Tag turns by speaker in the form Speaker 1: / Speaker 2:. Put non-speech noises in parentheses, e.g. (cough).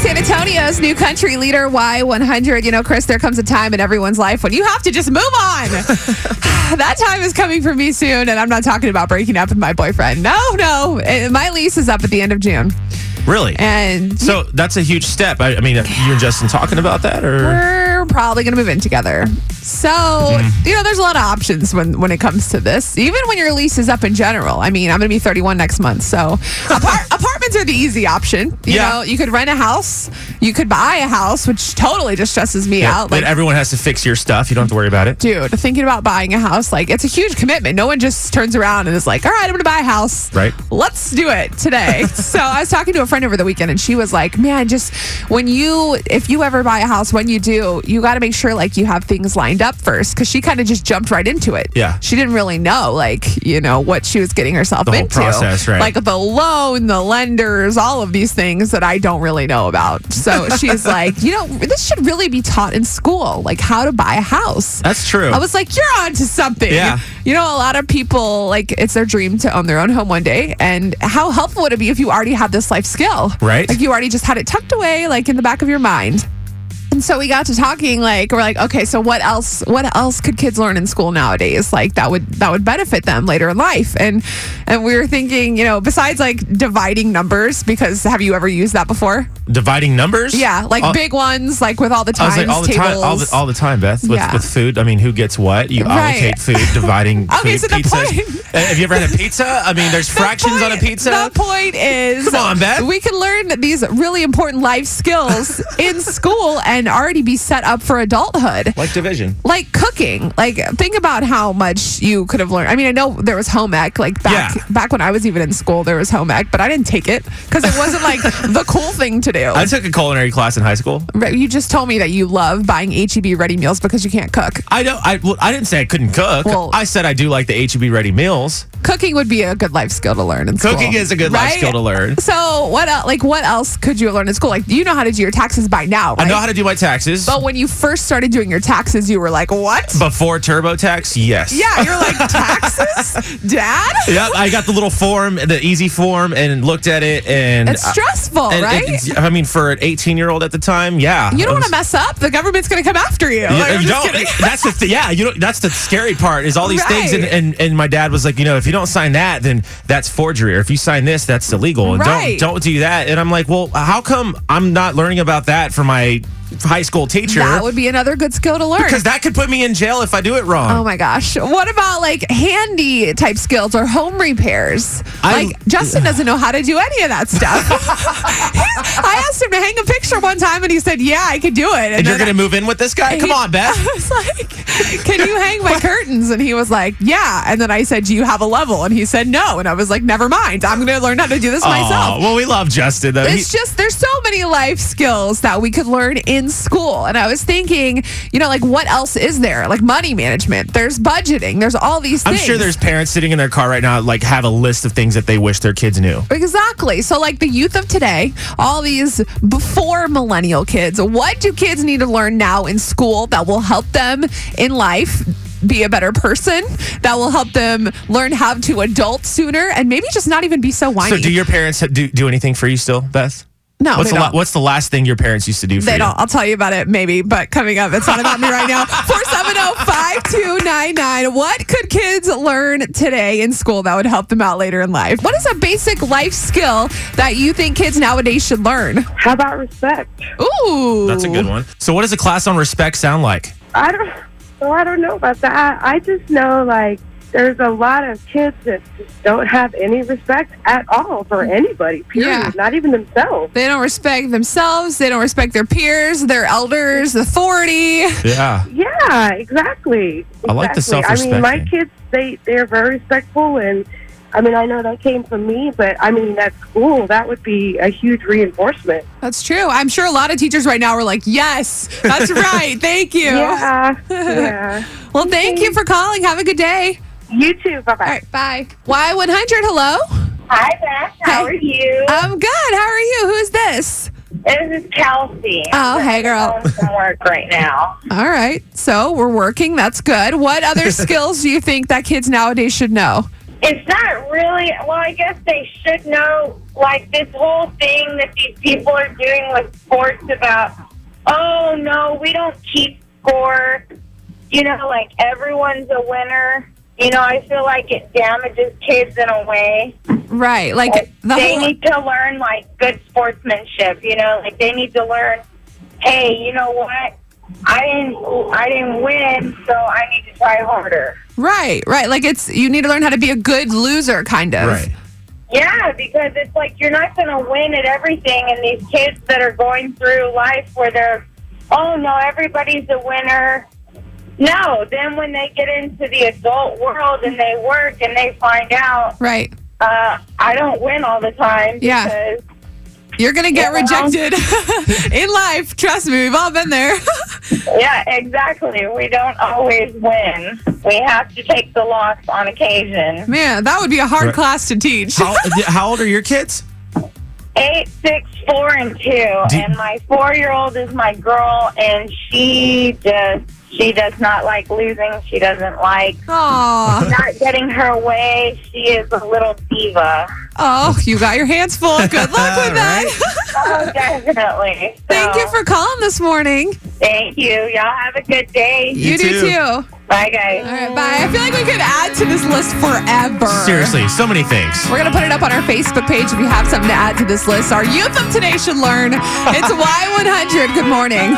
Speaker 1: San Antonio's new country leader, Y100. You know, Chris, there comes a time in everyone's life when you have to just move
Speaker 2: (laughs)
Speaker 1: on. that time is coming for me soon, and I'm not talking about breaking up with my boyfriend. No, no. Eh, my lease is up at the end of June.
Speaker 2: Really?
Speaker 1: And
Speaker 2: so that's a huge step. I, I mean, you and Justin talking about that, or
Speaker 1: we're probably going to move in together. So,
Speaker 2: Mm-hmm.
Speaker 1: you know, there's a lot of options when, when it comes to this, even when your lease is up in general. I mean, I'm going to be 31 next month. So,
Speaker 2: (laughs)
Speaker 1: apart- apartments are the easy option. You
Speaker 2: Yeah.
Speaker 1: know, you could rent a house, you could buy a house, which totally just stresses me
Speaker 2: Yeah,
Speaker 1: out.
Speaker 2: then
Speaker 1: Like,
Speaker 2: everyone has to fix your stuff. You don't have to worry about it.
Speaker 1: dude, thinking about buying a house, like, it's a huge commitment. No one just turns around and is like, all right, I'm going to buy a house.
Speaker 2: Right.
Speaker 1: Let's do it
Speaker 2: (laughs)
Speaker 1: today. so, I was talking to a friend over the weekend and she was like, man, just when you, if you ever buy a house, when you do, you got to make sure like you have things lined up first because she kind of just jumped right into it.
Speaker 2: Yeah.
Speaker 1: She didn't really know, like, you know, what she was getting herself
Speaker 2: The whole
Speaker 1: into.
Speaker 2: process, right.
Speaker 1: Like the loan, the lenders, all of these things that I don't really know about. So
Speaker 2: (laughs)
Speaker 1: she's like, you know, this should really be taught in school, like how to buy a house.
Speaker 2: That's true.
Speaker 1: I was like, you're on to something.
Speaker 2: Yeah.
Speaker 1: You know, a lot of people, like, it's their dream to own their own home one day. And how helpful would it be if you already had this life skill?
Speaker 2: Right.
Speaker 1: Like, you already just had it tucked away, like, in the back of your mind. And so we got to talking, like we're like, okay, so what else? What else could kids learn in school nowadays? Like that would that would benefit them later in life. And and we were thinking, you know, besides like dividing numbers, because have you ever used that before?
Speaker 2: Dividing numbers.
Speaker 1: Yeah, like
Speaker 2: All-
Speaker 1: big ones, like with all the
Speaker 2: Uh, I
Speaker 1: times
Speaker 2: was like all the
Speaker 1: tables.
Speaker 2: time, all the, all the time, Beth. With,
Speaker 1: Yeah.
Speaker 2: with food, I mean, who gets what? You
Speaker 1: Right. (laughs)
Speaker 2: allocate food, dividing.
Speaker 1: Okay,
Speaker 2: food,
Speaker 1: so the
Speaker 2: pizzas.
Speaker 1: point-
Speaker 2: Uh, Have you ever had a pizza? I
Speaker 1: (laughs)
Speaker 2: mean, there's fractions on a
Speaker 1: point-
Speaker 2: pizza.
Speaker 1: The point is,
Speaker 2: Come on, Beth.
Speaker 1: we can learn these really important life
Speaker 2: (laughs)
Speaker 1: skills in school and already be set up for adulthood.
Speaker 2: Like division.
Speaker 1: Like cooking, like think about how much you could have learned. I mean, I know there was home ec, like back
Speaker 2: Yeah.
Speaker 1: back when I was even in school, there was home ec, but I didn't take it because it wasn't
Speaker 2: (laughs)
Speaker 1: like the cool thing to do.
Speaker 2: I took a culinary class in high school.
Speaker 1: Right, you just told me that you love buying HEB ready meals because you can't cook.
Speaker 2: I don't. I well, I didn't say I couldn't cook.
Speaker 1: Well-
Speaker 2: I said I do like the HEB ready meals.
Speaker 1: Cooking would be a good life skill to learn in school.
Speaker 2: Cooking is a good life
Speaker 1: right?
Speaker 2: skill to learn.
Speaker 1: So what el like what else could you learn in school? Like you know how to do your taxes by now, right?
Speaker 2: I know how to do my taxes.
Speaker 1: but when you first started doing your taxes, you were like, "What?"
Speaker 2: Before TurboTax, yes.
Speaker 1: yeah, you're like
Speaker 2: (laughs)
Speaker 1: taxes, Dad.
Speaker 2: Yep, I got the little form, the easy form, and looked at it, and
Speaker 1: It's stressful,
Speaker 2: and
Speaker 1: right?
Speaker 2: it's- I mean, for an 18 year old at the time, yeah.
Speaker 1: you
Speaker 2: I
Speaker 1: don't want
Speaker 2: was-
Speaker 1: to mess up. The government's going to come after you.
Speaker 2: Yeah,
Speaker 1: Like, I'm
Speaker 2: you
Speaker 1: just
Speaker 2: don't.
Speaker 1: kidding.
Speaker 2: That's the th- yeah. You don't, that's the scary part is all these things, and,
Speaker 1: Right.
Speaker 2: and and my dad was like, you know, if you don't sign that, then that's forgery, or if you sign this, that's illegal, and
Speaker 1: Right.
Speaker 2: don't don't do that. And I'm like, well, how come I'm not learning about that from my high school teacher?
Speaker 1: That would be another good skill to learn.
Speaker 2: because that could put me in jail if I do it
Speaker 1: Oh
Speaker 2: wrong.
Speaker 1: my gosh. What about like handy type skills or home repairs?
Speaker 2: I-
Speaker 1: like Justin doesn't know how to do any of that stuff. (laughs) I asked him to hang a picture one time and he said, Yeah, I could do it.
Speaker 2: and you're
Speaker 1: then
Speaker 2: gonna move in with this
Speaker 1: I-
Speaker 2: guy? Come on, Beth.
Speaker 1: I was like, Can you hang
Speaker 2: (laughs)
Speaker 1: my curtains? And he was like, Yeah. And then I said, Do you have a level? And he said, No. And I was like, Never mind. I'm gonna learn how to do this (laughs) myself.
Speaker 2: Aw, well, we love Justin though. He-
Speaker 1: It's just there's so many life skills that we could learn in school. And I was thinking, you know, like what else is there? Like money management, there's budgeting, there's all these
Speaker 2: I'm
Speaker 1: things.
Speaker 2: sure there's parents sitting in their car right now, like have a list of things that they wish their kids knew.
Speaker 1: Exactly. So, like the youth of today, all these before millennial kids, what do kids need to learn now in school that will help them in life? Be a better person that will help them learn how to adult sooner and maybe just not even be so whiny.
Speaker 2: So, do your parents do do anything for you still, Beth?
Speaker 1: No,
Speaker 2: What's
Speaker 1: they
Speaker 2: the la-
Speaker 1: don't.
Speaker 2: What's the last thing your parents used to do for
Speaker 1: They
Speaker 2: you?
Speaker 1: don't. I'll tell you about it maybe, but coming up, it's not about me
Speaker 2: (laughs)
Speaker 1: right now. 470-5299. What could kids learn today in school that would help them out later in life? What is a basic life skill that you think kids nowadays should learn?
Speaker 3: How about respect?
Speaker 1: Ooh.
Speaker 2: That's a good one. So, what does a class on respect sound like?
Speaker 3: I don't. Well, I don't know about that. I just know like there's a lot of kids that just don't have any respect at all for anybody. Period.
Speaker 1: Yeah.
Speaker 3: Not even themselves.
Speaker 1: They don't respect themselves. They don't respect their peers, their elders, authority.
Speaker 2: Yeah.
Speaker 3: Yeah, exactly.
Speaker 2: I like the
Speaker 3: Exactly. I mean, my
Speaker 2: self-respecting.
Speaker 3: kids they they're very respectful and. I mean, I know that came from me, but I mean, at school, that would be a huge reinforcement.
Speaker 1: That's true. I'm sure a lot of teachers right now are like, yes,
Speaker 2: (laughs)
Speaker 1: that's right. Thank you.
Speaker 3: Yeah. yeah.
Speaker 1: Well, thank you for calling. Have a good day.
Speaker 3: You too. Bye bye.
Speaker 1: All right. Bye. Y100, hello.
Speaker 4: Hi, Beth. How
Speaker 1: Hi.
Speaker 4: are you?
Speaker 1: I'm good. How are you? Who's this?
Speaker 4: this is Kelsey.
Speaker 1: Oh, hey, girl.
Speaker 4: I'm from work right now.
Speaker 1: All
Speaker 2: (laughs)
Speaker 1: right. So we're working. That's good. What other skills do you think that kids nowadays should know?
Speaker 4: It's not really. Well, I guess they should know. Like this whole thing that these people are doing with sports about. Oh no, we don't keep score. You know, like everyone's a winner. You know, I feel like it damages kids in a way.
Speaker 1: Right. Like the
Speaker 4: they
Speaker 1: whole,
Speaker 4: need to learn like good sportsmanship. You know, like they need to learn. Hey, you know what? I didn't. I didn't win, so I need to try harder.
Speaker 1: right, right. Like it's you need to learn how to be a good loser kind of.
Speaker 2: Right.
Speaker 4: Yeah, because it's like you're not going to win at everything, and these kids that are going through life where they're, oh no, everybody's a winner. No, then when they get into the adult world and they work and they find out,
Speaker 1: Right.
Speaker 4: uh, I don't win all the time.
Speaker 1: Yeah.
Speaker 4: Because
Speaker 1: You're gonna get
Speaker 4: Yeah.
Speaker 1: rejected (laughs) in life. Trust me, we've all been there. (laughs)
Speaker 4: Yeah, exactly. We don't always win. We have to take the loss on occasion.
Speaker 1: Man, that would be a hard
Speaker 2: Right.
Speaker 1: class to
Speaker 2: (laughs)
Speaker 1: teach.
Speaker 2: How, how old are your kids?
Speaker 4: Eight, six, four, and two.
Speaker 2: Do-
Speaker 4: and my four-year-old is my girl, and she just she does not like losing. She doesn't like
Speaker 1: Aw.
Speaker 4: not getting her way. She is a little
Speaker 1: (laughs)
Speaker 4: diva.
Speaker 1: Oh, you got your hands full. Good luck with
Speaker 2: (laughs)
Speaker 1: that. (laughs)
Speaker 4: Oh, definitely. So,
Speaker 1: Thank you for calling this morning.
Speaker 4: Thank you. Y'all have a good day.
Speaker 1: You,
Speaker 2: You
Speaker 1: do
Speaker 2: too.
Speaker 1: too. All
Speaker 4: Bye, guys.
Speaker 1: right, bye. I feel like we could add to this list forever.
Speaker 2: Seriously, so many things.
Speaker 1: We're going to put it up on our Facebook page
Speaker 2: (laughs)
Speaker 1: if you have something to add to this list. Our youth of today should learn. It's Y100. Good morning.